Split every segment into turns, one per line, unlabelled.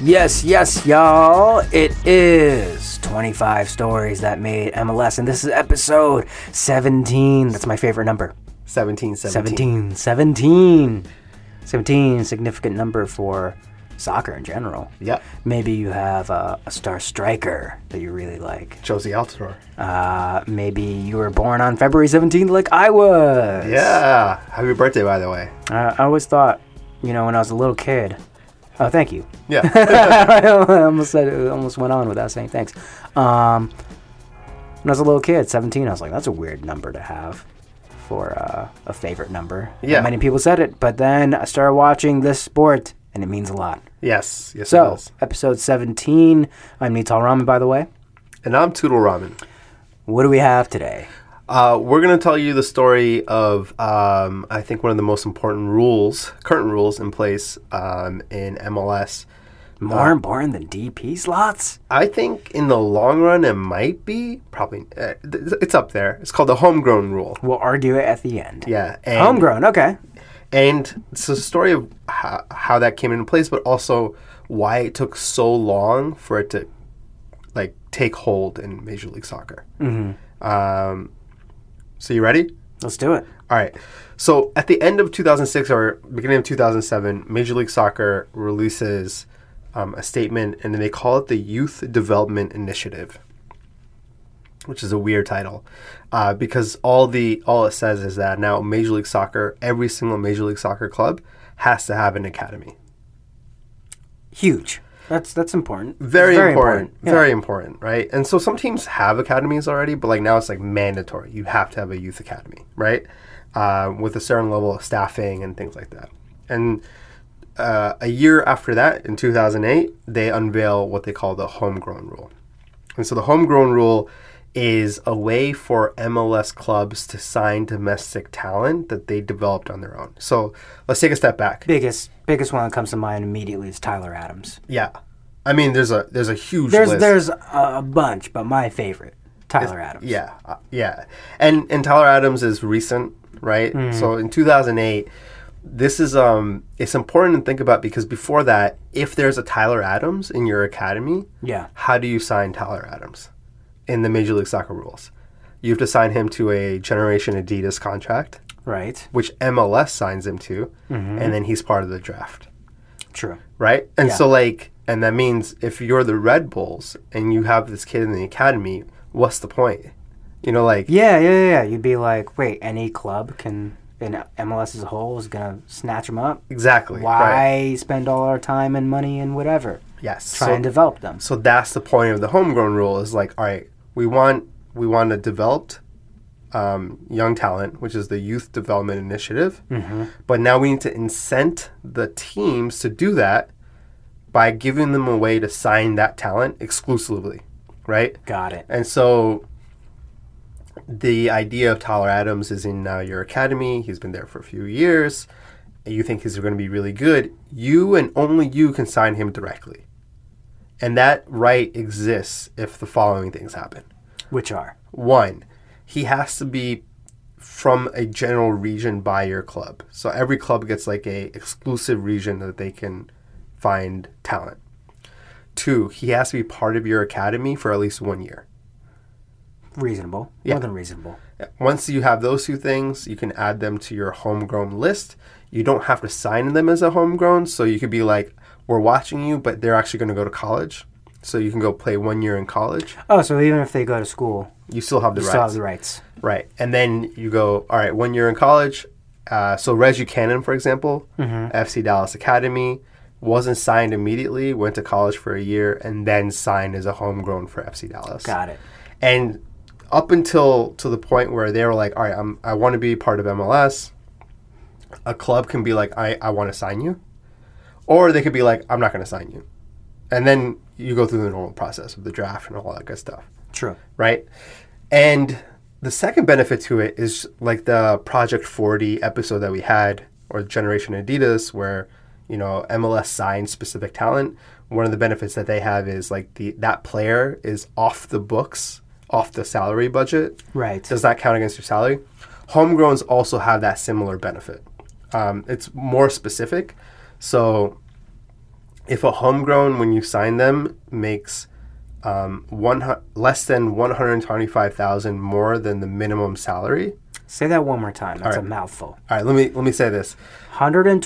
yes, yes, y'all. It is 25 Stories That Made MLS, and this is episode 17. That's my favorite number.
17, 17.
17. 17. 17, significant number for soccer in general.
Yep.
Maybe you have a, a star striker that you really like.
Josie Altidore.
Uh, maybe you were born on February 17th, like I was.
Yeah. Happy birthday, by the way.
Uh, I always thought, you know, when I was a little kid. Oh, thank you.
Yeah.
I almost said it almost went on without saying thanks. Um, when I was a little kid, 17, I was like, that's a weird number to have for uh, a favorite number. Not
Yeah.
many people said it, but then I started watching this sport, and it means a lot.
yes. Yes, it
So,
is.
episode 17. I'm Nital Raman, by the way.
And I'm Toodle Ramen.
What do we have today?
Uh, we're going to tell you the story of, um, I think, one of the most important rules, current rules in place um, in MLS. Uh,
More important than DP slots?
I think in the long run, it might be probably, uh, th- it's up there. It's called the homegrown rule.
We'll argue it at the end.
Yeah. And
Homegrown, okay.
And it's a story of how, how that came into place, but also why it took so long for it to like take hold in Major League Soccer. Um, so you ready?
Let's do it.
All right. So at the end of 2006 or beginning of 2007, Major League Soccer releases um, a statement, and they call it the Youth Development Initiative, which is a weird title uh, because all the all it says is that now Major League Soccer, every single Major League Soccer club has to have an academy.
Huge. That's that's important.
Very,
It's
important.
Yeah.
Very important, right? And so some teams have academies already, but like now it's like mandatory. You have to have a youth academy, right? Uh, with a certain level of staffing and things like that. And uh, a year after that, in 2008, they unveil what they call the homegrown rule. And so the homegrown rule is a way for MLS clubs to sign domestic talent that they developed on their own. So let's take a step back.
biggest biggest one that comes to mind immediately is Tyler Adams.
Yeah. I mean, there's a there's a huge
There's
list.
there's a bunch, but my favorite, Tyler Adams.
Yeah, uh, yeah, and and Tyler Adams is recent, right? So in 2008, this is um, it's important to think about because before that, if there's a Tyler Adams in your academy,
Yeah.
how do you sign Tyler Adams in the Major League Soccer rules? You have to sign him to a Generation Adidas contract,
Right.
which MLS signs him to, and then he's part of the draft
True.
right? And
Yeah.
so like, and that means if you're the Red Bulls and you have this kid in the academy, what's the point? You know, like
Yeah, yeah, yeah. yeah. You'd be like, wait, any club can in MLS as a whole is gonna snatch them up.
exactly right?
Why spend all our time and money and whatever?
Yes.
Try
So,
and develop them.
so that's the point of the homegrown rule is like, all right, we want we want a developed um, young talent, which is the youth development initiative, but now we need to incent the teams to do that by giving them a way to sign that talent exclusively, right?
Got it.
And so the idea of Tyler Adams is in now your academy. He's been there for a few years. You think he's going to be really good. You and only you can sign him directly. And that right exists if the following things happen.
Which are
One, he has to be from a general region by your club. So every club gets like a exclusive region that they can find talent. Two, he has to be part of your academy for at least one year.
reasonable.
Yeah.
More than reasonable.
Once you have those two things, you can add them to your homegrown list. You don't have to sign them as a homegrown, so you could be like, "We're watching you, but they're actually going to go to college, so you can go play one year in college.
Oh, so even if they go to school,
You still have the
you
rights,
still have the rights.
right?" And then you go, "All right, one year in college." Uh, so Reggie Cannon, for example,
Mm-hmm.
FC Dallas Academy, wasn't signed immediately. Went to college for a year and then signed as a homegrown for FC Dallas
Got it.
and up until to the point where they were like, "All right, I'm, I want to be part of MLS," a club can be like, "I, I want to sign you," or they could be like, "I'm not going to sign you," and then you go through the normal process of the draft and all that good stuff,
True.
right? And the second benefit to it is like the Project 40 episode that we had, or Generation Adidas, where you know MLS signs specific talent. One of the benefits that they have is like the that player is off the books, off the salary budget,
Right.
does that count against your salary? Homegrowns also have that similar benefit. Um, it's more specific. So if a homegrown when you sign them makes um, one hu- less than one hundred twenty five thousand more than the minimum salary.
Say that one more time. That's
right.
a mouthful.
All right, let me let me say this: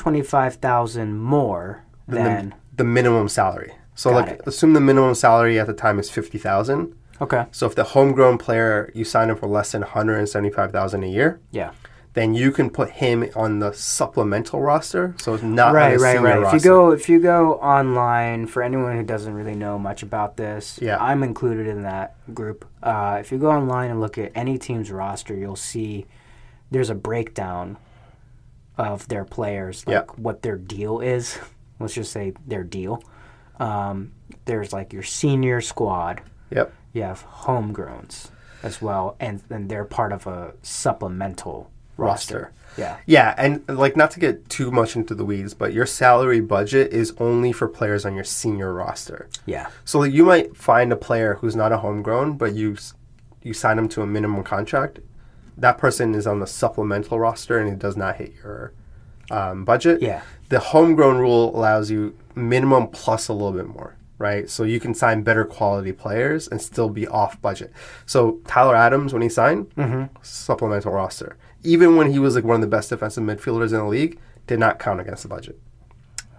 125,000 more
the,
than.
the minimum salary. So
Got
like
it.
assume the minimum salary at the time is fifty thousand.
Okay.
So if the homegrown player you sign him for less than one hundred seventy five thousand a year,
Yeah.
then you can put him on the supplemental roster. So it's not
Right,
uh, on the
right,
senior
right.
Roster.
If you go if you go online, for anyone who doesn't really know much about this,
Yeah.
I'm included in that group. Uh, if you go online and look at any team's roster, you'll see there's a breakdown of their players, like
Yeah.
what their deal is. Let's just say their deal. Um, there's like your senior squad.
yep,
You have homegrowns as well, and then they're part of a supplemental roster.
roster.
Yeah.
Yeah, and like not to get too much into the weeds, but your salary budget is only for players on your senior roster.
Yeah.
So like, you might find a player who's not a homegrown, but you s- you sign him to a minimum contract. That person is on the supplemental roster and it does not hit your um, budget.
Yeah.
The homegrown rule allows you minimum plus a little bit more, right? So you can sign better quality players and still be off budget. So Tyler Adams, when he signed,
Mm-hmm.
supplemental roster. Even when he was like one of the best defensive midfielders in the league, did not count against the budget.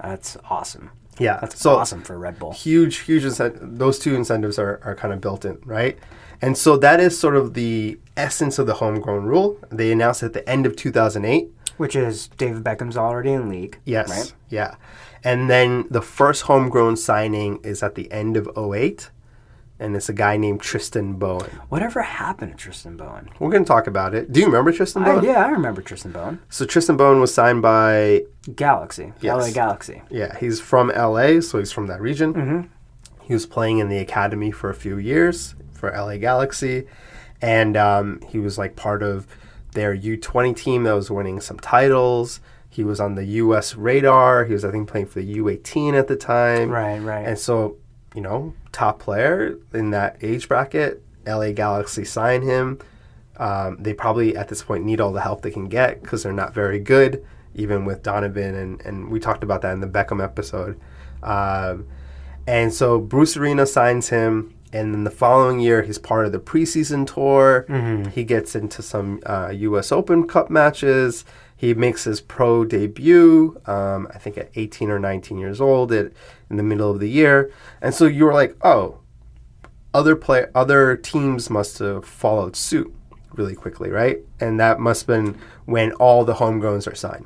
That's awesome.
Yeah.
That's
so
awesome for Red Bull.
huge huge incentive those two incentives are, are kind of built in right and so that is sort of the essence of the homegrown rule they announced at the end of 2008
Which is David Beckham's already in league.
yes
Right?
yeah and then the first homegrown signing is at the end of 08 and it's a guy named tristan bowen
Whatever happened to Tristan Bowen?
we're going to talk about it do you remember tristan bowen
I, yeah, I remember Tristan Bowen.
so tristan bowen was signed by
Galaxy.
Yes.
LA Galaxy.
Yeah, he's from LA, so he's from that region. He was playing in the academy for a few years for LA Galaxy, and um, he was like part of their U20 team that was winning some titles. He was on the U.S. radar. He was, I think, playing for the U18 at the time.
Right, right.
And so, you know, top player in that age bracket, LA Galaxy sign him. Um, they probably at this point need all the help they can get because they're not very good, even with Donovan. And, and we talked about that in the Beckham episode. Um, and so Bruce Arena signs him. And then the following year, he's part of the preseason tour. He gets into some uh, U.S. Open Cup matches. He makes his pro debut, um, I think at 18 or 19 years old, at, in the middle of the year. And so you were like, oh, other play other teams must have followed suit really quickly, right? And that must have been when all the homegrowns are signed.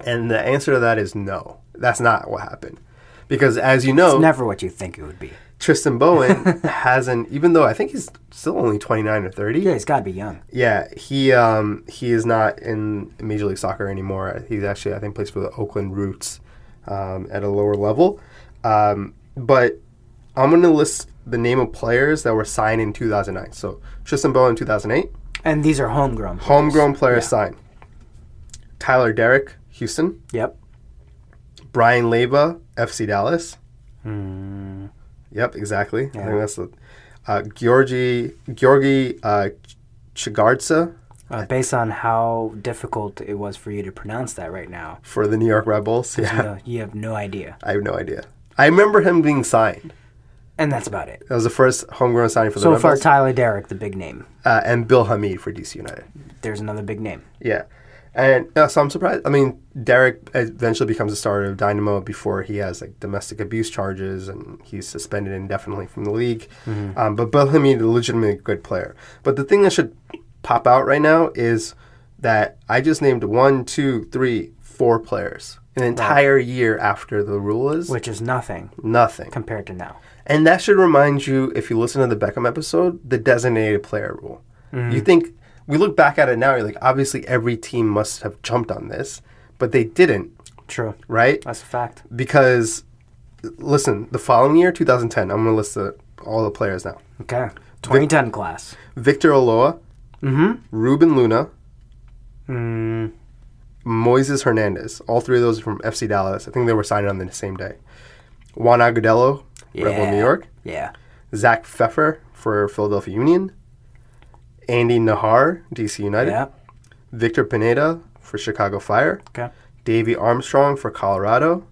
And the answer to that is no. That's not what happened. Because as you know,
Never what you think it would be.
Tristan Bowen hasn't even though I think he's still only 29 or 30.
Yeah, he's got to be young.
Yeah, he um, he is not in Major League Soccer anymore. He's actually I think plays for the Oakland Roots um, at a lower level. Um, but I'm going to list the name of players that were signed in 2009. So Tristan Bowen in 2008,
And these are homegrown. players.
homegrown players signed. Tyler Derrick, Houston.
Yep.
Brian Leba, FC Dallas.
Hmm.
Yep, exactly. I think that's the uh, Georgi Georgi uh, Chigardsa
Uh, based on how difficult it was for you to pronounce that right now,
for the New York Red Bulls. Yeah.
you, know, you have no idea.
I have no idea. I remember him being signed.
And that's about it.
That was the first homegrown signing for the
So
Red
far,
Bulls,
Tyler Derrick, the big name.
uh, and Bill Hamid for DC United.
There's another big name.
Yeah, and uh, so I'm surprised. I mean, Derek eventually becomes a starter of Dynamo before he has like domestic abuse charges and he's suspended indefinitely from the league. Um, but Bill Hamid, a legitimately good player. But the thing that should pop out right now is that I just named one, two, three, four players an entire year after the rule is
Which is nothing
nothing.
compared to now.
And that should remind you, if you listen to the Beckham episode, the designated player rule. You think we look back at it now, you're like, obviously every team must have jumped on this, but they didn't,
True.
right?
That's a fact.
Because listen, the following year, 2010, I'm gonna list the, all the players now:
Okay. 2010 class.
Victor Oloa,
Mhm.
Ruben Luna,
Mm,
Moises Hernandez. All three of those are from FC Dallas. I think they were signed on the same day. Juan Agudelo, Red Bull
yeah.
New York.
Yeah.
Zach Pfeffer for Philadelphia Union, Andy Nahar, DC United,
Yeah.
Victor Pineda for Chicago Fire,
Okay.
Davey Armstrong for Colorado,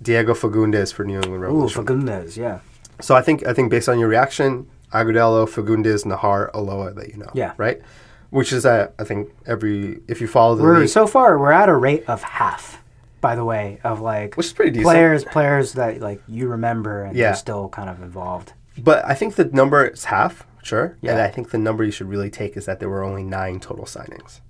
Diego Fagundes for New England
Ooh,
Revolution.
Fagundes, yeah.
So I think I think based on your reaction, Agudelo, Fagundes, Nahar, Aloha that you know.
Yeah.
Right? Which is uh, I think every if you follow the
We're
league,
so far we're at a rate of half, by the way, of like
which is pretty decent.
players players that like you remember and
Yeah.
you're still kind of involved.
But I think the number is half, sure. And
Yeah.
I think the number you should really take is that there were only nine total signings.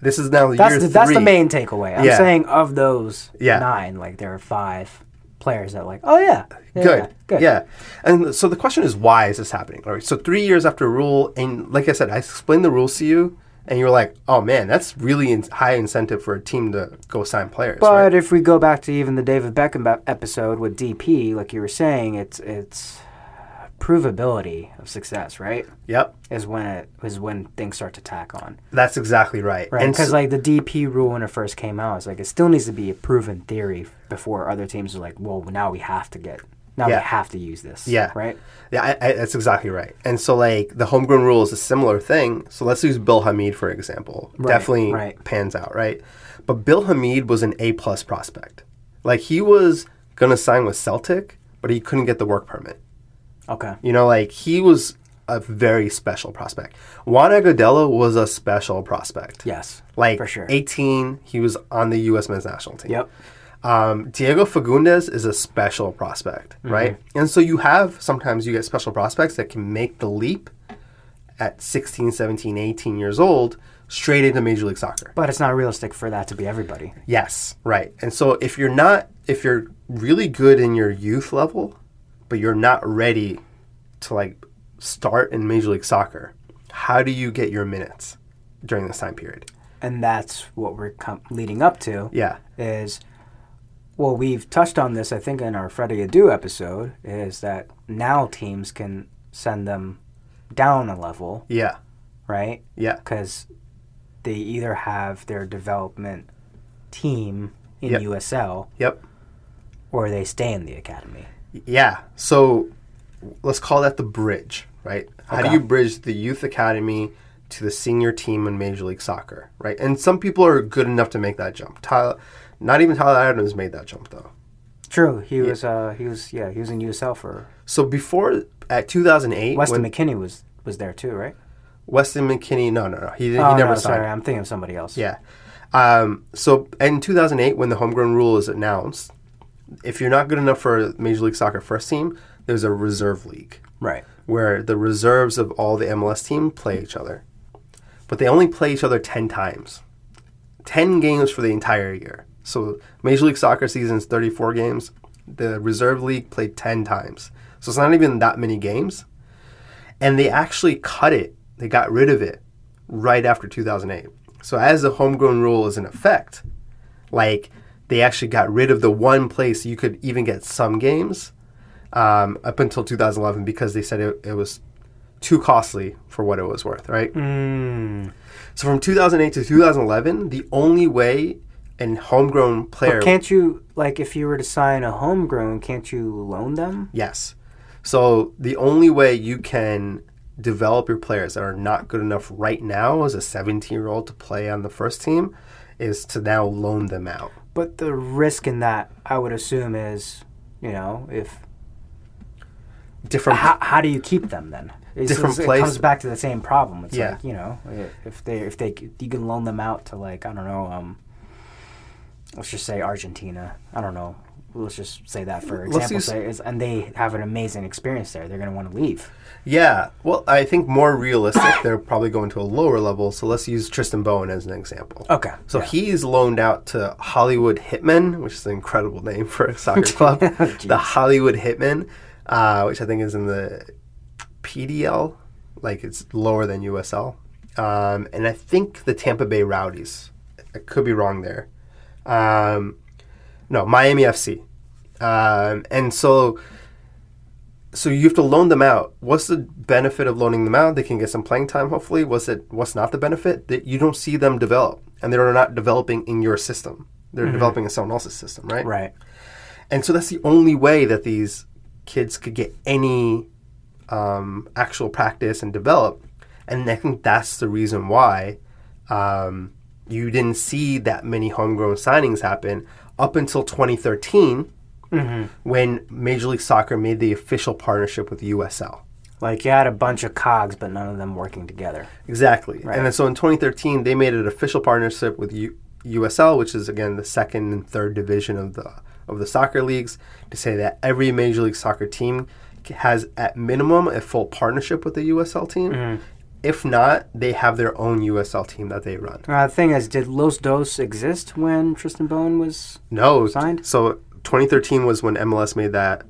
This is now
That's
year
the, that's the
three.
main takeaway. I'm
Yeah.
saying of those
Yeah.
nine, like there are five players that like, oh yeah, yeah,
good.
yeah, good.
Yeah. And so the question is, why is this happening? All right. So three years after rule, and like I said, I explained the rules to you, and you were like, "Oh man, that's really in- high incentive for a team to go sign players."
But
right?
if we go back to even the David Beckham ba- episode with DP, like you were saying, it's it's provability of success, right?
Yep,
Is when it is when things start to tack on,
that's exactly right.
right?
And
Because
so-
like the DP rule when it first came out, it's like it still needs to be a proven theory before other teams are like, well, now we have to get, now
Yeah.
we have to use this,
Yeah.
right?
Yeah, I, I, that's exactly right. And so, like, the homegrown rule is a similar thing. So let's use Bill Hamid for example. Definitely
right.
pans out, right? But Bill Hamid was an A plus prospect. Like he was gonna sign with Celtic, but he couldn't get the work permit.
Okay,
You know, like he was a very special prospect. Juan Agudelo was a special prospect.
yes,
Like
for sure.
18, he was on the U.S. men's national team.
Yep.
Um, Diego Fagundes is a special prospect,
Mm-hmm.
right? And so you have sometimes you get special prospects that can make the leap at 16, 17, 18 years old straight into Major League Soccer.
But it's not realistic for that to be everybody.
Yes, right. And so if you're not, if you're really good in your youth level, but you're not ready to like start in Major League Soccer, how do you get your minutes during this time period?
And that's what we're com- leading up to.
Yeah,
is well we've touched on this i think in our freddy adu episode is that now teams can send them down a level
yeah,
right
yeah,
because they either have their development team in
Yep.
usl
yep,
or they stay in the academy
yeah. So let's call that the bridge, right? How do
Okay.
you bridge the youth academy to the senior team in Major League Soccer, right? And some people are good enough to make that jump. Tyler, not even Tyler Adams made that jump though.
true he was uh he was yeah he was in usl for
So before at 2008,
weston
when-
mckinney was was there too right
Weston McKinney. No, no, no. He, didn't- he
oh
never
no
signed.
sorry i'm thinking of somebody else
Yeah. Um, so in 2008, when the homegrown rule is announced, if you're not good enough for Major League Soccer first team, there's a reserve league
right
where the reserves of all the MLS team play each other, but they only play each other 10 times, 10 games for the entire year. So Major League Soccer season is 34 games. The reserve league played 10 times. So it's not even that many games. And they actually cut it. They got rid of it right after 2008. So as the homegrown rule is in effect, like they actually got rid of the one place you could even get some games um, up until 2011 because they said it, it was too costly for what it was worth, right?
mm.
So from 2008 to 2011, the only way an homegrown player,
but can't you like if you were to sign a homegrown can't you loan them
yes, so the only way you can develop your players that are not good enough right now as a 17 year old to play on the first team is to now loan them out.
But the risk in that, I would assume, is you know, if
Different,
how, how do you keep them then? It's,
Different
it's- It
place-
comes back to the same problem. It's
Yeah.
like you know, i- if they if they c- you can loan them out to like I don't know, um, let's just say Argentina. I don't know. Let's just say that for
Let's
example,
use-
say, is, and they have an amazing experience there. They're going to want to leave.
yeah. Well, I think more realistic, they're probably going to a lower level. So let's use Tristan Bowen as an example.
Okay.
So he's loaned out to Hollywood Hitmen, which is an incredible name for a soccer club. the Hollywood Hitmen, uh, which I think is in the PDL, like it's lower than USL. Um, and I think the Tampa Bay Rowdies. I could be wrong there. Um, no, Miami FC. Um, and so so you have to loan them out. What's the benefit of loaning them out? They can get some playing time, hopefully. What's it? What's not the benefit? That you don't see them develop, and they're not developing in your system. They're developing in someone else's system, right?
right.
And so that's the only way that these kids could get any um, actual practice and develop. And I think that's the reason why um, you didn't see that many homegrown signings happen up until 2013 when Major League Soccer made the official partnership with USL.
Like you had a bunch of cogs, but none of them working together.
Exactly. And then so in 2013, they made an official partnership with U- USL, which is again the second and third division of the of the soccer leagues, to say that every Major League Soccer team c- has at minimum a full partnership with the USL team. If not, they have their own USL team that they run.
Uh, the thing is, did Los Dos exist when Tristan Bone was
No,
Signed?
So 2013 was when MLS made that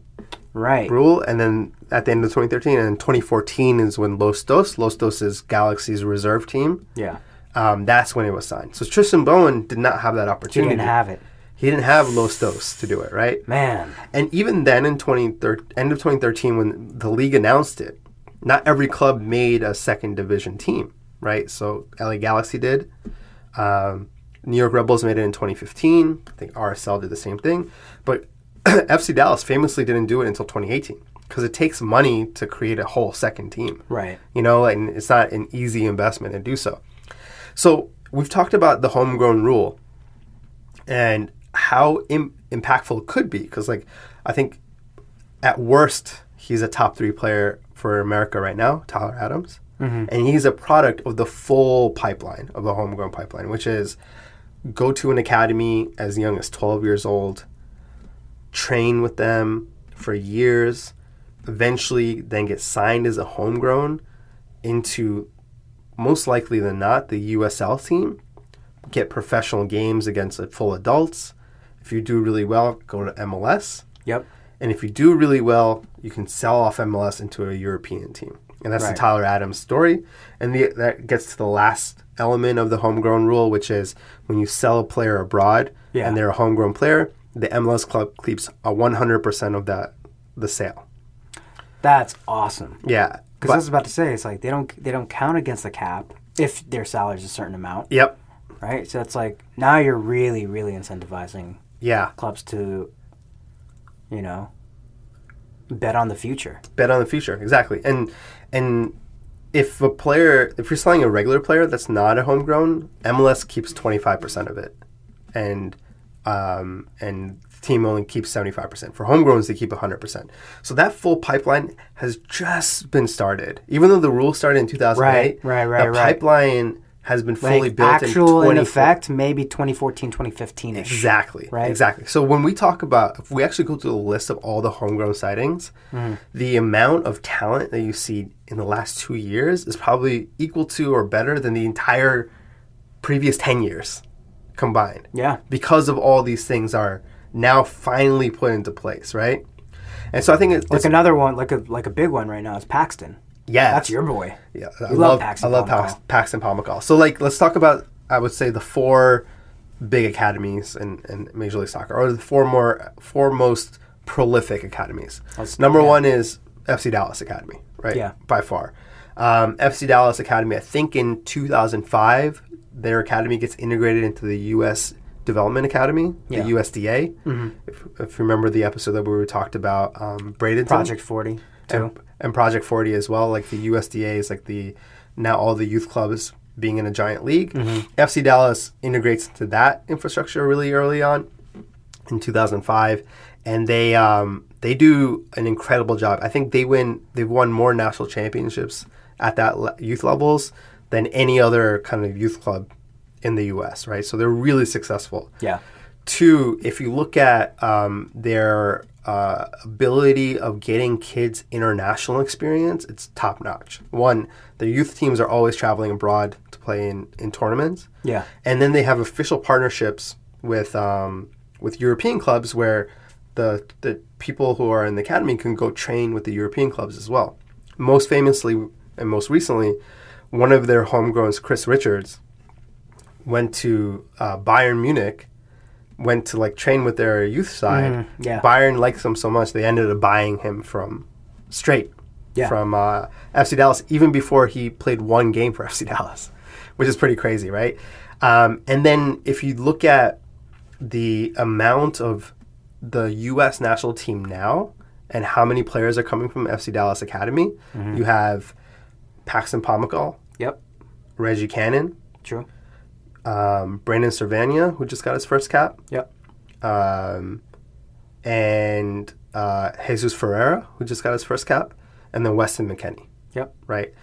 right?
rule, and then at the end of 2013 and 2014 is when Los Dos, Los Dos is Galaxy's reserve team.
Yeah,
um, that's when it was signed. So Tristan Bowen did not have that
he
opportunity.
didn't have it.
He didn't have Los Dos to do it, right?
Man,
And even then, in 2013, end of 2013, when the league announced it, not every club made a second division team, right? So LA Galaxy did. Um, New York Rebels made it in 2015. I think RSL did the same thing. But FC Dallas famously didn't do it until 2018 because it takes money to create a whole second team
right?
you know, and it's not an easy investment to do so. So we've talked about the homegrown rule and how Im- impactful it could be because, like, I think at worst he's a top three player for America right now, Tyler Adams, and he's a product of the full pipeline of the homegrown pipeline, which is go to an academy as young as twelve years old, train with them for years, eventually then get signed as a homegrown into most likely than not the USL team, get professional games against the full adults. If you do really well, go to MLS.
Yep.
And if you do really well, you can sell off MLS into a European team. And that's
Right.
the Tyler Adams story. And the, that gets to the last element of the homegrown rule, which is when you sell a player abroad
Yeah.
and they're a homegrown player, the MLS club keeps a 100% of that the sale.
That's awesome.
Yeah.
Because I was about to say, it's like they don't they don't count against the cap if their salary's a certain amount,
Yep.
right? So it's like now you're really really incentivizing
Yeah.
clubs to, you know, bet on the future.
bet on the future exactly and and if a player if you're selling a regular player that's not a homegrown mls keeps 25% of it and um, and the team only keeps 75% for homegrowns they keep 100% so that full pipeline has just been started even though the rule started in 2008
Right, right, right,
the
right.
pipeline has been fully
Like
built
actual
in,
in
20,
effect, maybe 2014, 2015 ish.
Exactly.
Right?
Exactly. So when we talk about, if we actually go through the list of all the homegrown sightings,
Mm-hmm.
the amount of talent that you see in the last two years is probably equal to or better than the entire previous 10 years combined
Yeah.
because of all these things are now finally put into place, right? And so I think it's,
Like another one, like a like a big one right now is Paxton.
yeah,
That's your boy.
yeah, I
love
love
Paxton
I love
Pomacall.
Pax, Paxton Pomacall. So like, let's talk about I would say the four big academies in, in Major League Soccer, or the four more four most prolific academies.
Let's-
Number
yeah.
one is FC Dallas Academy, right?
Yeah.
by far. Um, FC Dallas Academy. I think in 2005, their academy gets integrated into the U.S. Development Academy,
Yeah. Mm-hmm.
the USDA. If, if you remember the episode that we talked about, um, Bradenton
Project 40 too.
and, and Project 40 as well. Like the USDA is like the now all the youth clubs being in a giant league. FC Dallas integrates into that infrastructure really early on in 2005, and they um, they do an incredible job. I think they win they've won more national championships at that le- youth levels than any other kind of youth club in the U.S. Right, so they're really successful.
Yeah.
Two, if you look at um, their uh, ability of getting kids international experience, it's top notch. One, their youth teams are always traveling abroad to play in, in tournaments.
Yeah.
And then they have official partnerships with um, with European clubs where the the people who are in the academy can go train with the European clubs as well. Most famously and most recently, one of their homegrowns, Chris Richards, went to uh, Bayern Munich, went to like train with their youth side.
Mm, yeah.
Bayern likes him so much they ended up buying him from straight
Yeah.
from uh, FC Dallas even before he played one game for FC Dallas, which is pretty crazy, right? Um, and then if you look at the amount of the U.S. national team now and how many players are coming from FC Dallas Academy,
Mm-hmm.
you have Paxton Pomacall,
Yep.
Reggie Cannon,
True.
um, Brandon Cervania, who just got his first cap,
Yep.
um, and uh, Jesus Ferreira, who just got his first cap, and then Weston McKenney,
Yep.
right?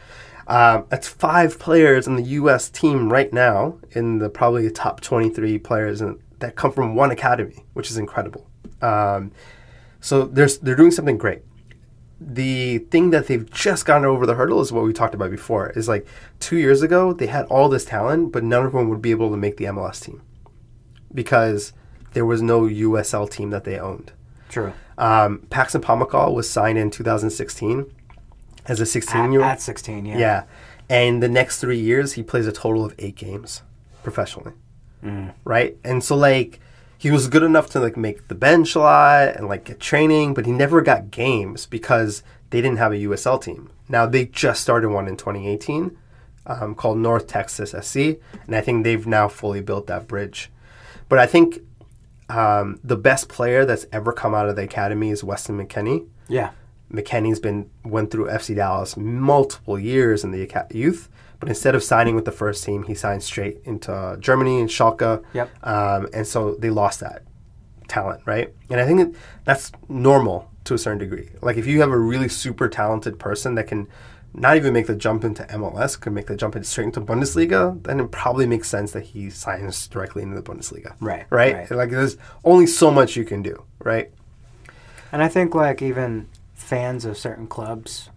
Um, that's five players in the U.S. team right now in the probably top 23 players in, that come from one academy, which is incredible. Um, so there's, they're doing something great. The thing that they've just gotten over the hurdle is what we talked about before. Is like two years ago they had all this talent, but none of them would be able to make the MLS team because there was no USL team that they owned.
True.
Um, Paxton Pomacall was signed in 2016 as a 16
At,
year old.
at 16, yeah.
Yeah. And the next three years, he plays a total of eight games professionally. Right? And so, like, he was good enough to, like, make the bench a lot and, like, get training, but he never got games because they didn't have a USL team. Now, they just started one in 2018 um, called North Texas SC. And I think they've now fully built that bridge. But I think um, the best player that's ever come out of the academy is Weston McKinney.
Yeah.
McKenney's been went through FC Dallas multiple years in the aca- youth, but instead of signing with the first team, he signed straight into uh, Germany and Schalke.
Yep.
Um, and so they lost that talent, right? And I think that that's normal to a certain degree. Like if you have a really super talented person that can not even make the jump into MLS, can make the jump in straight into Bundesliga, then it probably makes sense that he signs directly into the Bundesliga.
Right,
Right.
right.
Like there's only so much you can do, right?
And I think like even fans of certain clubs,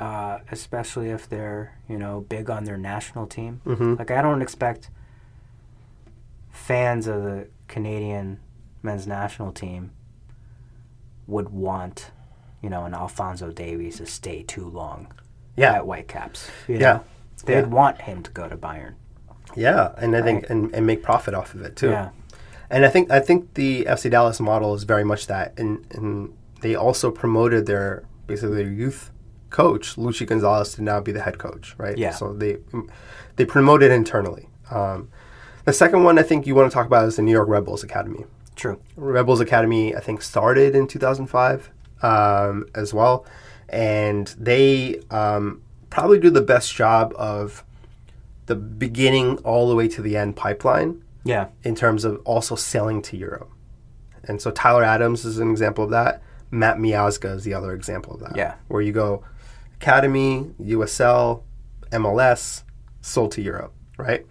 uh, especially if they're you know big on their national team,
Mm-hmm.
like I don't expect fans of the Canadian men's national team would want you know an Alfonso Davies to stay too long
Yeah.
at Whitecaps. You
Yeah.
know? they'd
Yeah.
want him to go to Bayern.
Yeah, and I think and, and make profit off of it too.
Yeah.
And I think I think the FC Dallas model is very much that, and and they also promoted their basically their youth coach Luchi Gonzalez to now be the head coach, right?
Yeah.
So they they promoted internally. Um, the second one I think you want to talk about is the New York Rebels Academy.
True.
Rebels Academy, I think, started in 2005 um, as well. And they um, probably do the best job of the beginning all the way to the end pipeline
Yeah.
in terms of also selling to Europe. And so Tyler Adams is an example of that. Matt Miazga is the other example of that.
Yeah.
Where you go Academy, USL, MLS, sold to Europe, right?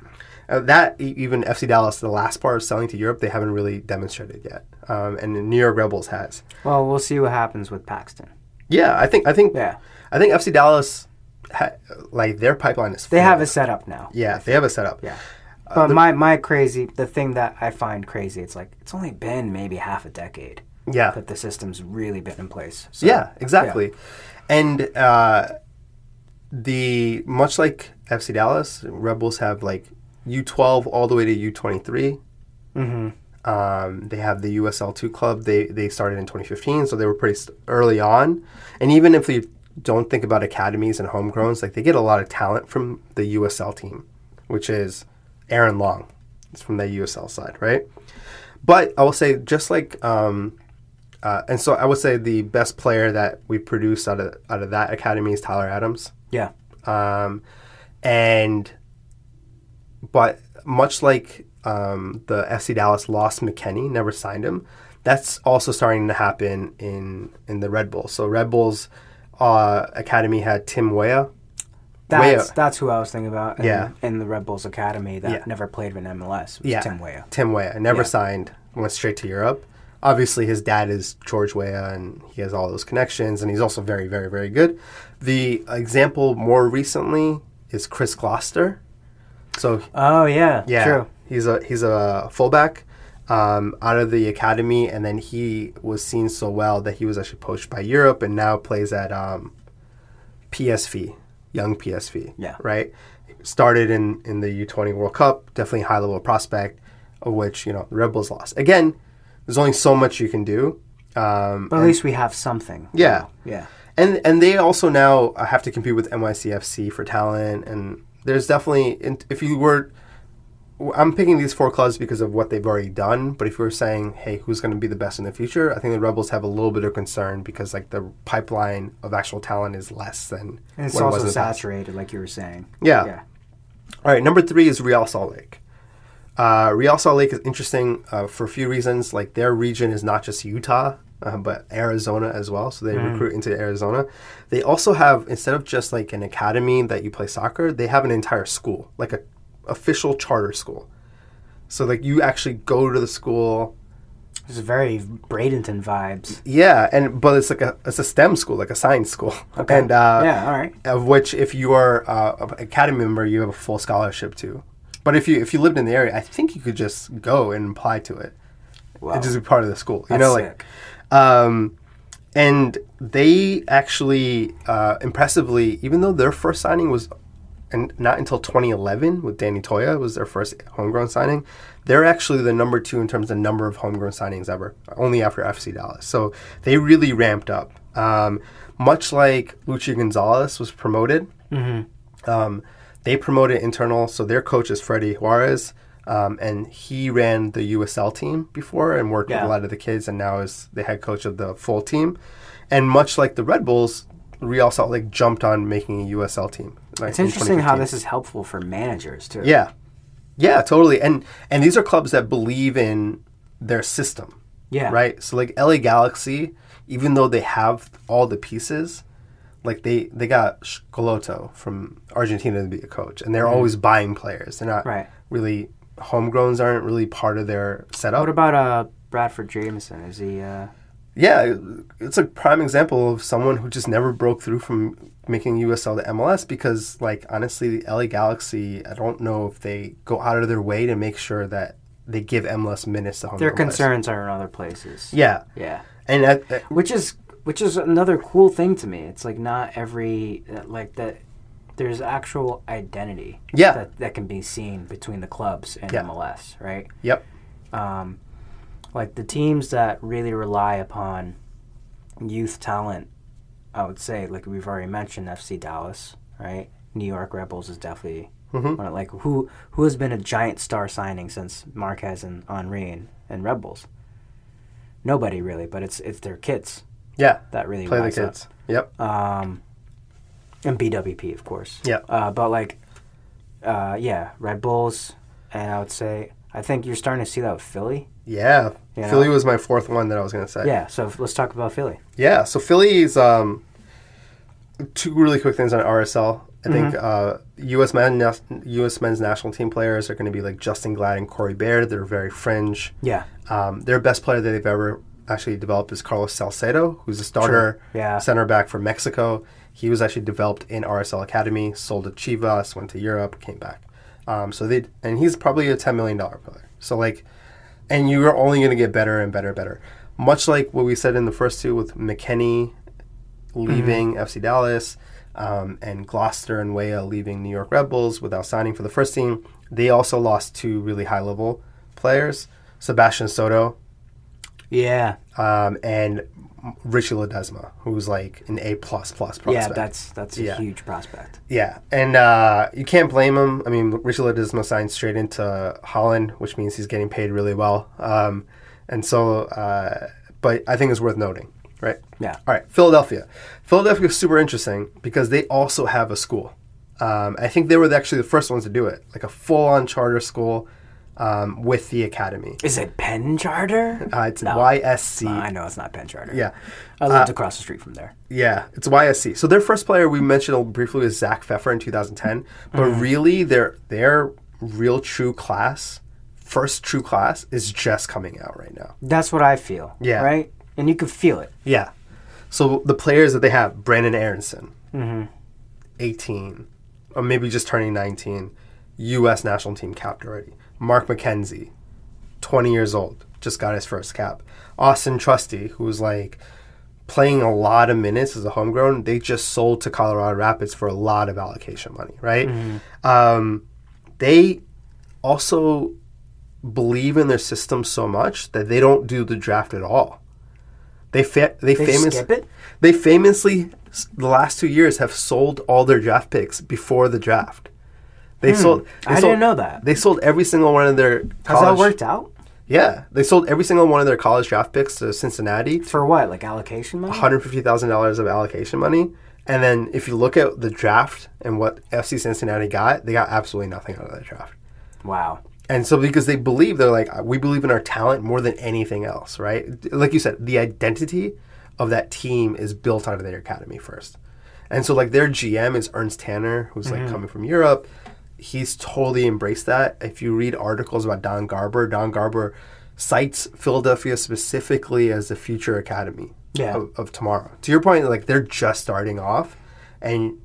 Uh, that e- even FC Dallas, the last part of selling to Europe, they haven't really demonstrated yet, um, and the New York Rebels has.
Well, we'll see what happens with Paxton.
Yeah, I think I think
Yeah.
I think FC Dallas, ha- like their pipeline is.
They have
full.
it set up now.
Yeah, they have a setup.
Yeah. But Uh, my, my crazy, the thing that I find crazy, it's like, it's only been maybe half a decade
yeah.
that the system's really been in place. So,
Yeah, exactly. And uh, the much like FC Dallas, Rebels have like U twelve all the way to U twenty three.
Mhm.
Um, they have the USL two club. They they started in twenty fifteen, so they were pretty st- early on. And even if you don't think about academies and homegrowns, like they get a lot of talent from the USL team, which is Aaron Long. It's from the USL side, right? But I will say, just like um, uh, and so I would say the best player that we produced out of out of that academy is Tyler Adams.
Yeah.
Um, and but much like um, the FC Dallas lost McKenny, never signed him. That's also starting to happen in in the Red Bull. So Red Bull's uh, academy had Tim Weah.
That's,
Weah.
that's who I was thinking about in,
Yeah.
in the Red Bulls Academy that
Yeah.
never played in MLS. Was
Yeah.
Tim Weah.
Tim Weah never
Yeah.
signed, went straight to Europe. Obviously, his dad is George Weah, and he has all those connections, and he's also very, very, very good. The example more recently is Chris Gloucester. So
Oh, yeah.
yeah,
True.
he's a he's a fullback um, out of the academy, and then he was seen so well that he was actually poached by Europe, and now plays at um, PSV, young PSV.
Yeah.
right. Started in in the U twenty World Cup, definitely high level prospect, of which you know the Rebels lost again. There's only so much you can do. Um,
But at least we have something.
yeah,
Yeah.
and and they also now have to compete with NYCFC for talent, and there's definitely and if you were, I'm picking these four clubs because of what they've already done. But if you were saying, hey, who's going to be the best in the future? I think the Rebels have a little bit of concern because like the pipeline of actual talent is less than
And it's
what it was
also
in the past.
saturated, like you were saying.
Yeah.
Yeah.
All right, number three is Real Salt Lake. Uh, Real Salt Lake is interesting uh, for a few reasons. Like their region is not just Utah, uh, but Arizona as well. So they
Hmm.
recruit into Arizona. They also have instead of just like an academy that you play soccer, they have an entire school, like a official charter school. So like you actually go to the school.
It's very Bradenton vibes.
Yeah, and but it's like a it's a STEM school, like a science school. Okay. And uh,
yeah, all right.
of which if you are uh, an academy member you have a full scholarship to but if you if you lived in the area i think you could just go and apply to it
Wow.
and just be part of the school you know like
sick.
um and they actually uh impressively even though their first signing was and not until 2011 with Danny Toya was their first homegrown signing. They're actually the number two in terms of number of homegrown signings ever, only after FC Dallas. So they really ramped up. Um, much like Lucio Gonzalez was promoted, um, they promoted internal. So their coach is Freddie Juarez, um, and he ran the USL team before and worked
Yeah.
with a lot of the kids, and now is the head coach of the full team. And much like the Red Bulls, Real Salt Lake jumped on making a USL team. like,
It's
in
interesting how
2015.
this is helpful for managers too.
Yeah, yeah, totally. And and these are clubs that believe in their system,
Yeah.
right? So like LA Galaxy, even though they have all the pieces, like they they got Scoloto from Argentina to be a coach, and they're always buying players. They're not
Mm-hmm. Right.
really homegrowns aren't really part of their setup.
What about uh Bradford Jameson? Is he uh
yeah, it's a prime example of someone who just never broke through from making USL to MLS because, like, honestly, the LA Galaxy, I don't know if they go out of their way to make sure that they give MLS minutes to home.
their
MLS.
concerns are in other places.
Yeah.
Yeah.
And uh, that, that-
Which is which is another cool thing to me. It's like not every uh, like that there's actual identity
Yeah.
that, that can be seen between the clubs and
Yeah.
MLS, right?
yep.
um, like the teams that really rely upon youth talent, I would say, like we've already mentioned, FC Dallas, right? New York Rebels is definitely
Mhm.
one of, like who who has been a giant star signing since Marquez and Henri and, and Red Bulls. Nobody really, but it's it's their kids
Yeah.
that really
Play the
rise up
kids. Yep.
um, and BWP, of course.
Yeah.
Uh, but like, uh, yeah, Red Bulls, and I would say I think you're starting to see that with Philly.
Yeah.
You
Philly
know?
was my fourth one that I was going to say.
Yeah. So f- let's talk about Philly.
Yeah, so Philly's um, two really quick things on RSL. I think
Mm-hmm.
uh, U.S. men U.S. men's national team players are going to be like Justin Glad and Corey Baird. They're very fringe.
Yeah.
Um, their best player that they've ever actually developed is Carlos Salcedo, who's a starter
Yeah.
center back for Mexico. He was actually developed in RSL Academy, sold to Chivas, went to Europe, came back. Um, so they and he's probably a ten million dollar player. So like, and you are only going to get better and better, and better. Much like what we said in the first two with McKenny leaving FC Dallas um, and Gloucester and Wea leaving New York Red Bulls without signing for the first team. They also lost two really high level players, Sebastian Soto
Yeah.
um, and Richie Ledesma, who's like an A plus plus prospect.
Yeah. That's that's a
Oh, Yeah.
huge prospect.
Yeah, and uh, you can't blame him. I mean, Richie Ledesma signed straight into Holland, which means he's getting paid really well. Um, and so, uh, but I think it's worth noting, right?
Yeah.
All right, Philadelphia. Philadelphia is super interesting because they also have a school. Um, I think they were actually the first ones to do it, like a full on charter school um, with the academy.
Is it Penn Charter?
Uh, it's
No.
YSC.
I know it's not Penn Charter.
Yeah. Uh,
I lived across the street from there.
Yeah, it's YSC. So their first player we mentioned briefly was Zach Pfeffer in 2010, but really their their real true class, first true class is just coming out right now.
That's what I feel.
Yeah.
Right. And you can feel it.
Yeah. So the players that they have, Brandon Aronson,
Mm-hmm.
18, or maybe just turning 19, U.S. national team captain already. Mark McKenzie, 20 years old, just got his first cap. Austin Trusty, who was like playing a lot of minutes as a homegrown, they just sold to Colorado Rapids for a lot of allocation money, right?
Mm-hmm.
Um, they also believe in their system so much that they don't do the draft at all. They fa- they,
They
famously
skip it?
they famously s- the last two years have sold all their draft picks before the draft. They sold. They
Hmm. I
sold-
didn't know that.
They sold every single one of their.
Has that
college-
worked out
Yeah, they sold every single one of their college draft picks to Cincinnati.
for what? Like allocation money?
One hundred fifty thousand dollars of allocation money, and then if you look at the draft and what FC Cincinnati got, they got absolutely nothing out of that draft.
Wow.
And so because they believe they're like we believe in our talent more than anything else, right? Like you said, the identity of that team is built out of their academy first. And so like their GM is Ernst Tanner, who's
Mm-hmm.
like coming from Europe. He's totally embraced that. If you read articles about Don Garber, Don Garber cites Philadelphia specifically as the future academy
Yeah.
of, of tomorrow. To your point, like they're just starting off and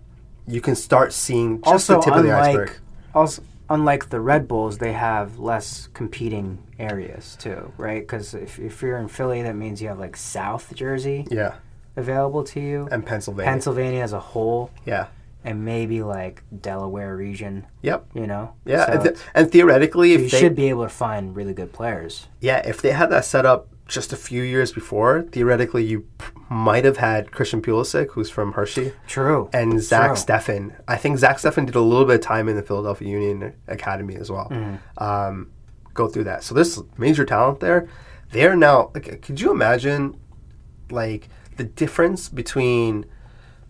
you can start seeing just
also,
the tip of the
unlike
iceberg.
also unlike the Red Bulls, they have less competing areas too, right? Because if, if you're in Philly, that means you have like South Jersey
Yeah.
available to you,
And Pennsylvania.
Pennsylvania as a whole,
yeah.
and maybe like Delaware region.
Yep.
You know,
Yeah,
So
and, th- and theoretically,
you
if they
should be able to find really good players.
yeah, if they had that set up just a few years before, theoretically, you p- might have had Christian Pulisic, who's from Hershey,
True.
and Zach
True.
Steffen. I think Zach Steffen did a little bit of time in the Philadelphia Union Academy as well.
Mm.
Um, go through that. So there's major talent there. They are now. Like, could you imagine, like the difference between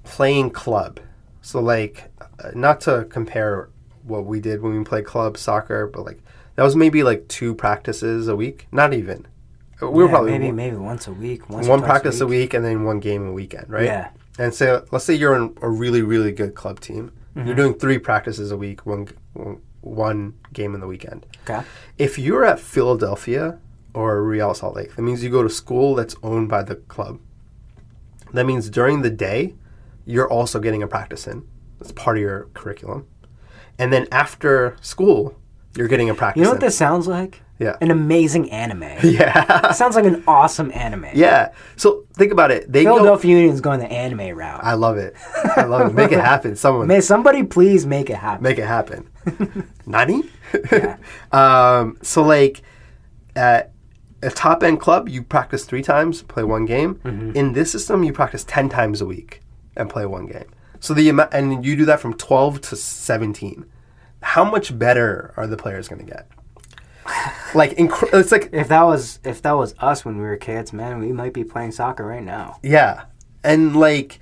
playing club? So like, uh, not to compare what we did when we played club soccer, but like that was maybe like two practices a week. Not even. We were
Yeah,
probably
maybe maybe once a week, once or
one
twice
practice a week. and then one game a weekend, right?
Yeah.
And so let's say you're in a really really good club team.
Mm-hmm.
You're doing three practices a week, one g- one- one game in the weekend.
Okay.
If you're at Philadelphia or Real Salt Lake, that means you go to school that's owned by the club. That means during the day, you're also getting a practice in. That's part of your curriculum. And then after school, you're getting a practice.
You know what
in.
this sounds like?
Yeah.
An amazing anime. it
Yeah.
sounds like an awesome anime.
yeah. So think about it. They go.
Philadelphia Union's going the anime route.
I love it. I love it. Make it happen. Someone
May somebody please make it happen.
make it happen. Nani? um, so like at a top end club, you practice three times, play one game. In this system, you practice ten times a week and play one game. So the amount, and you do that from twelve to seventeen. How much better are the players going to get? Like incre- it's like
If that was if that was us when we were kids, man, we might be playing soccer right now.
Yeah. And like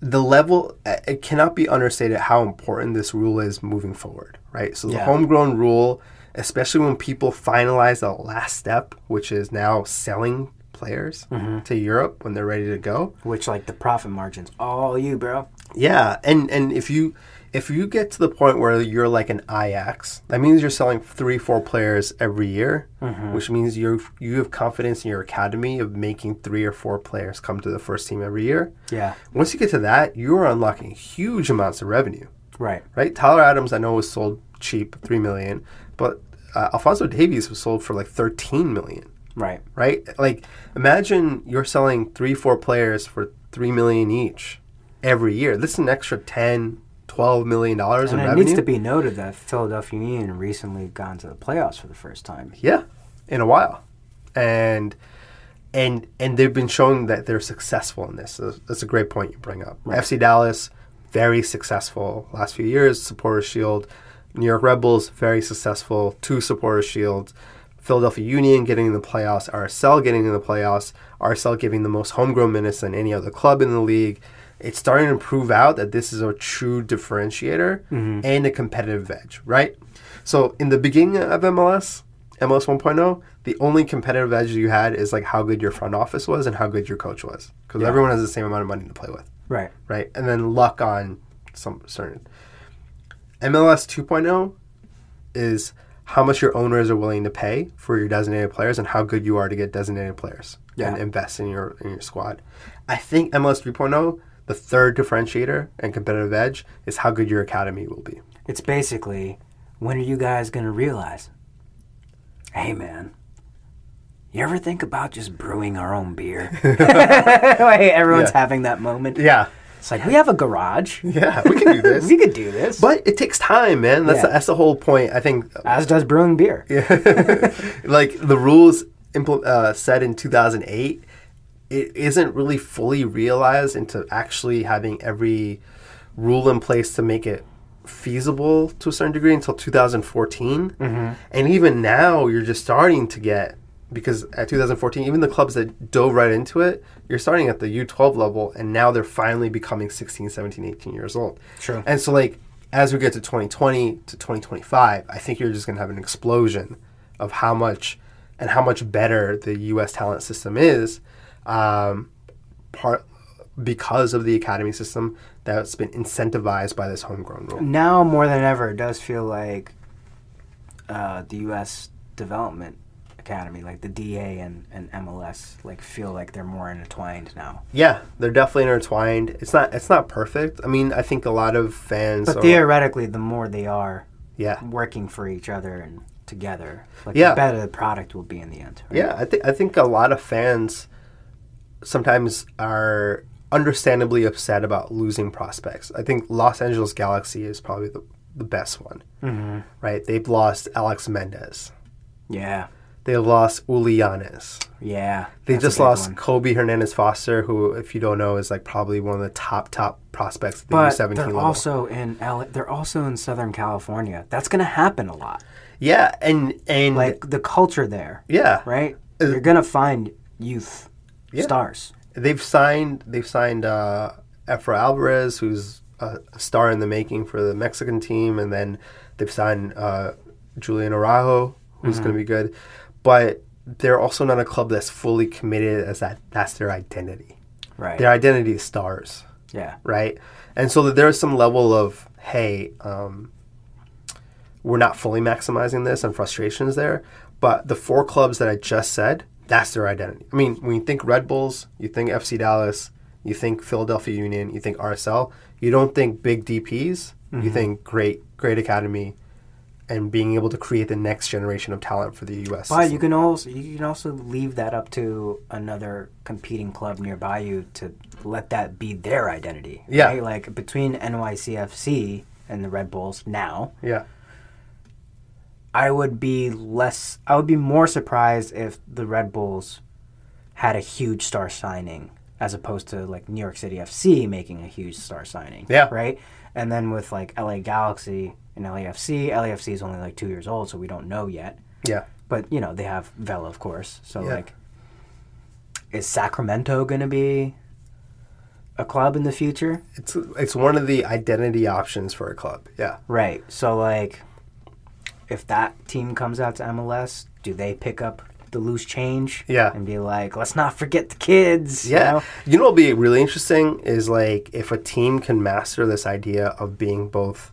the level eh, it cannot be understated how important this rule is moving forward, right? So the
Yeah.
homegrown rule, especially when people finalize the last step, which is now selling players to Europe when they're ready to go.
Which like the profit margins, all you, bro.
Yeah, and and if you if you get to the point where you're like an IX, that means you're selling three, four players every year, which means you you have confidence in your academy of making three or four players come to the first team every year.
Yeah.
Once you get to that, you are unlocking huge amounts of revenue,
Right.
right? Tyler Adams, I know, was sold cheap, three million, but uh, Alfonso Davies was sold for like thirteen million,
Right.
right? Like, imagine you're selling three, four players for three million each every year. That's an extra 10, 12 million dollars in
And it
revenue.
needs to be noted that Philadelphia Union recently gone to the playoffs for the first time.
yeah, in a while, and. And, and they've been showing that they're successful in this. That's- That's a great point you bring up. FC Dallas, very successful last few years. Supporter Shield, New York Red Bulls, very successful. Two Supporter Shields, Philadelphia Union getting in the playoffs, RSL getting in the playoffs, RSL giving the most homegrown minutes than any other club in the league. It's starting to prove out that this is a true differentiator and a competitive edge, right? So in the beginning of MLS, MLS 1.0, oh, the only competitive edge you had is like how good your front office was and how good your coach was, because everyone has the same amount of money to play with
Right.
right? And then luck on some certain. MLS 2.0 is how much your owners are willing to pay for your designated players and how good you are to get designated players and
Yeah.
invest in your in your squad. I think MLS 3.0, oh, the third differentiator and competitive edge is how good your academy will be.
It's basically, when are you guys going to realize? Hey, man, you ever think about just brewing our own beer? like, everyone's
Yeah.
having that moment.
Yeah.
It's like, we have a garage.
Yeah, we can do this.
We could do this.
but it takes time, man. That's
Yeah.
the, that's the whole point. I think
as does brewing beer.
like the rules impl- uh, set in 2008 it isn't really fully realized into actually having every rule in place to make it feasible to a certain degree until 2014
Mm-hmm.
and even now you're just starting to get because at 2014 even the clubs that dove right into it you're starting at the u12 level and now they're finally becoming 16 17 18 years old
True.
and so like as we get to 2020 to 2025, I think you're just going to have an explosion of how much and how much better the U.S. talent system is, um, part because of the academy system that's been incentivized by this homegrown rule.
Now more than ever, it does feel like uh, the U.S. development academy, like the DA and, and MLS, like feel like they're more intertwined now.
Yeah, they're definitely intertwined. It's not it's not perfect. I mean, I think a lot of fans.
But
are-
theoretically, the more they are
yeah,
working for each other and together, like
Yeah.
the better the product will be in the end. right?
Yeah, I think I think a lot of fans sometimes are understandably upset about losing prospects. I think Los Angeles Galaxy is probably the, the best one,
Mhm.
right? They've lost Alex Mendez.
Yeah.
They lost Ulianis.
Yeah.
They
That's a
just
big
lost
one.
Kobe Hernandez Foster, who, if you don't know, is like probably one of the top top prospects at the
But
U17
they're
level.
also in L- they're also in Southern California. That's going to happen a lot.
yeah, and and
Like the culture there,
yeah,
right?
Uh,
You're going to find youth
Yeah.
stars.
they've signed they've signed uh, Efra Alvarez, who's a, a star in the making for the Mexican team, and then they've signed uh, Julian Araujo, who's going to be good. But they're also not a club that's fully committed as that that's their identity.
Right.
Their identity is stars,
Yeah.
right? And so that there's some level of hey, um, we're not fully maximizing this and frustrations there. But the four clubs that I just said, that's their identity. I mean, when you think Red Bulls, you think FC Dallas, you think Philadelphia Union, you think RSL, you don't think big DPs, you think great, great academy and being able to create the next generation of talent for the US.
But
system.
you can also you can also leave that up to another competing club nearby you to let that be their identity.
Yeah.
right? Like between NYCFC and the Red Bulls now,
yeah.
I would be less I would be more surprised if the Red Bulls had a huge star signing as opposed to like New York City FC making a huge star signing.
Yeah.
Right? And then with like LA Galaxy and LAFC, LAFC is only like 2 years old so we don't know yet
Yeah.
but you know they have Vela, of course. So
Yeah.
like, is Sacramento going to be a club in the future?
It's it's one of the identity options for a club. Yeah.
Right. So like, if that team comes out to MLS, do they pick up the loose change?
Yeah.
And be like, let's not forget the kids. you
Yeah.
know?
You know, what'll be really interesting is like if a team can master this idea of being both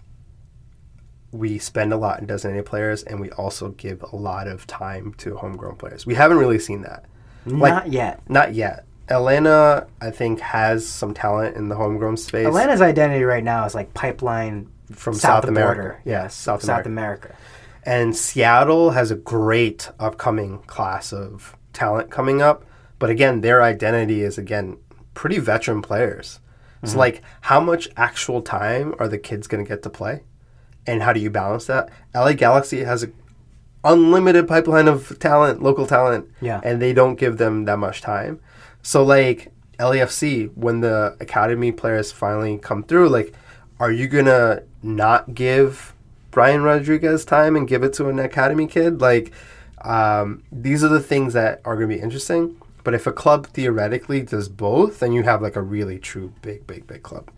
we spend a lot in designated players and we also give a lot of time to homegrown players. We haven't really seen that. Like-
Not yet.
Not yet. Atlanta, I think, has some talent in the homegrown space.
Atlanta's identity right now is like pipeline
From
south,
South
of the border.
America. Yeah,
Yes,
South
South America.
And Seattle has a great upcoming class of talent coming up. But again, their identity is, again, pretty veteran players. So, like, how much actual time are the kids going to get to play? And how do you balance that? LA Galaxy has a unlimited pipeline of talent, local talent,
Yeah.
and they don't give them that much time. So like LAFC, when the academy players finally come through, like, are you gonna not give Brian Rodriguez time and give it to an academy kid? Like, um, these are the things that are gonna be interesting. But if a club theoretically does both, then you have like a really true big, big, big club.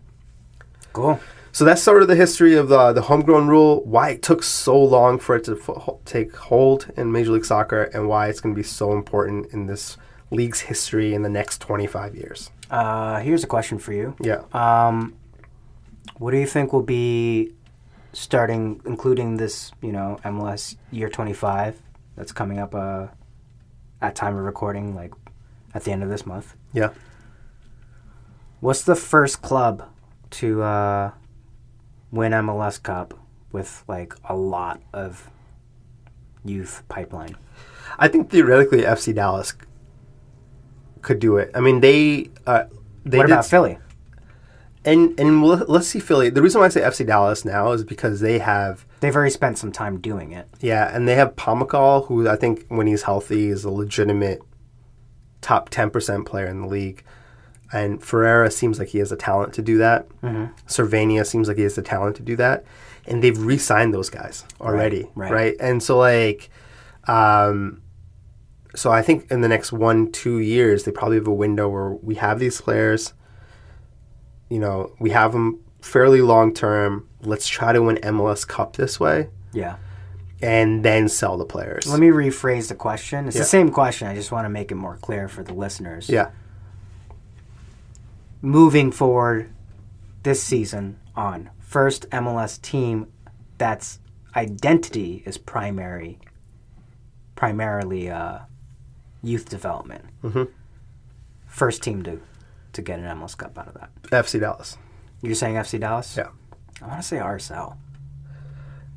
Cool.
So that's sort of the history of the, the homegrown rule, why it took so long for it to fo- take hold in Major League Soccer, and why it's going to be so important in this league's history in the next 25 years.
Uh, here's a question for you.
Yeah.
Um, what do you think will be starting, including this, you know, MLS year 25 that's coming up uh, at time of recording, like at the end of this month?
Yeah.
What's the first club to uh, win MLS Cup with like a lot of youth pipeline?
I think theoretically FC Dallas c- could do it. I mean, they. Uh, they
what
did
about Philly?
and and we'll- let's see Philly. The reason why I say FC Dallas now is because they have
They've already spent some time doing it.
Yeah, and they have Pomacall, who I think when he's healthy is a legitimate top ten percent player in the league. And Ferreira seems like he has the talent to do that. mm Cervania seems like he has the talent to do that. And they've re-signed those guys already, right?
right.
And so like, um, so I think in the next one two years they probably have a window where we have these players. You know, we have them fairly long term. let's try to win MLS Cup this way
Yeah.
and then sell the players.
Let me rephrase the question. It's
Yeah.
the same question. I just want to make it more clear for the listeners.
yeah.
Moving forward this season on, first MLS team that's identity is primary, primarily uh, youth development.
Mhm.
First team to, to get an MLS Cup out of that.
FC Dallas.
You're saying FC Dallas?
Yeah.
I want to say RSL.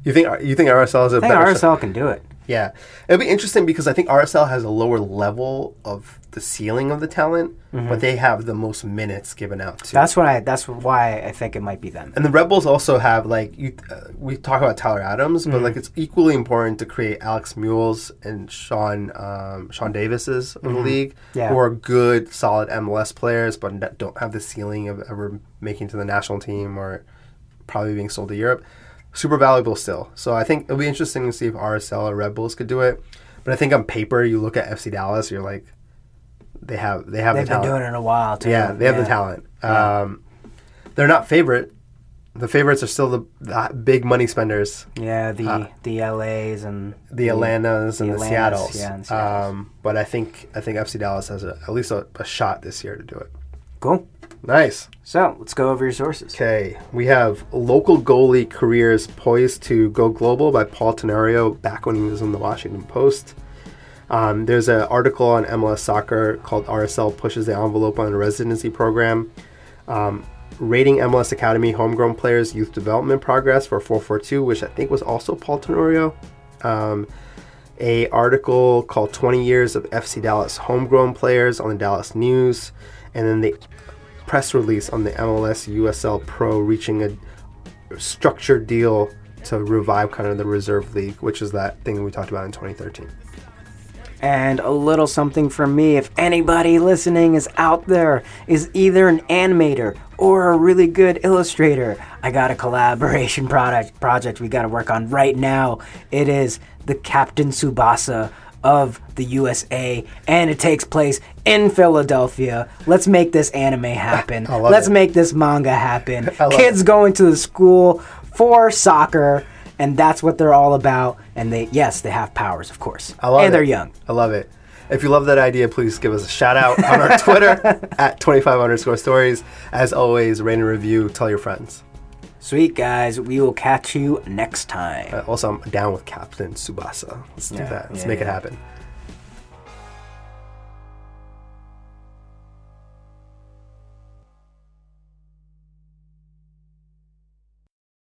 You think you think RSL is a
I think
better
RSL can do it.
Yeah. It'll be interesting because I think RSL has a lower level of the ceiling of the talent, but they have the most minutes given out to.
Mm-hmm. That's what I. That's why I think it might be them.
and the Rebels also have like you. Uh, we talk about Tyler Adams,
Mm-hmm.
but like it's equally important to create Alex Mules and Sean um, Sean Davises of the league,
Mm-hmm. Yeah.
who are good, solid MLS players, but n- don't have the ceiling of ever making to the national team or probably being sold to Europe. Super valuable still. So I think it'll be interesting to see if RSL or Red Bulls could do it. But I think on paper, you look at FC Dallas, you're like, they have they have
They've
the talent.
been doing it in a while too.
Yeah, they have the talent. Um, they're not favorite. The favorites are still the, the big money spenders,
Yeah, the
Uh,
the LAs and
the Atlantas and the,
the Atlantas,
Seattles.
yeah, and Seattles.
Um, but I think I think FC Dallas has a, at least a, a shot this year to do it.
Cool.
Nice.
So let's go over your sources.
Okay, we have local goalie careers poised to go global by Paul Tenorio back when he was on the Washington Post. Um, there's an article on MLS Soccer called RSL pushes the envelope on the residency program, um, rating MLS Academy homegrown players' youth development progress for 442, which I think was also Paul Tenorio. Um, a article called 20 years of FC Dallas homegrown players on the Dallas News, and then the press release on the MLS USL Pro reaching a structured deal to revive kind of the reserve league, which is that thing we talked about in 2013.
And a little something from me. If anybody listening is out there is either an animator or a really good illustrator, I got a collaboration product project we got to work on right now. It is the Captain Subasa of the USA, and it takes place in Philadelphia. Let's make this anime happen.
love
Let's
it.
make this manga happen.
I love
Kids going to the school for soccer. And that's what they're all about. And they, yes, they have powers, of course.
I love
and they're
it.
young.
I love it. If you love that idea, please give us a shout out on our Twitter at 25 underscore stories. As always, rate and review, tell your friends.
Sweet guys, we will catch you next time.
Uh, also, I'm down with Captain Subasa. Let's do that. Let's
yeah,
make it
yeah.
happen.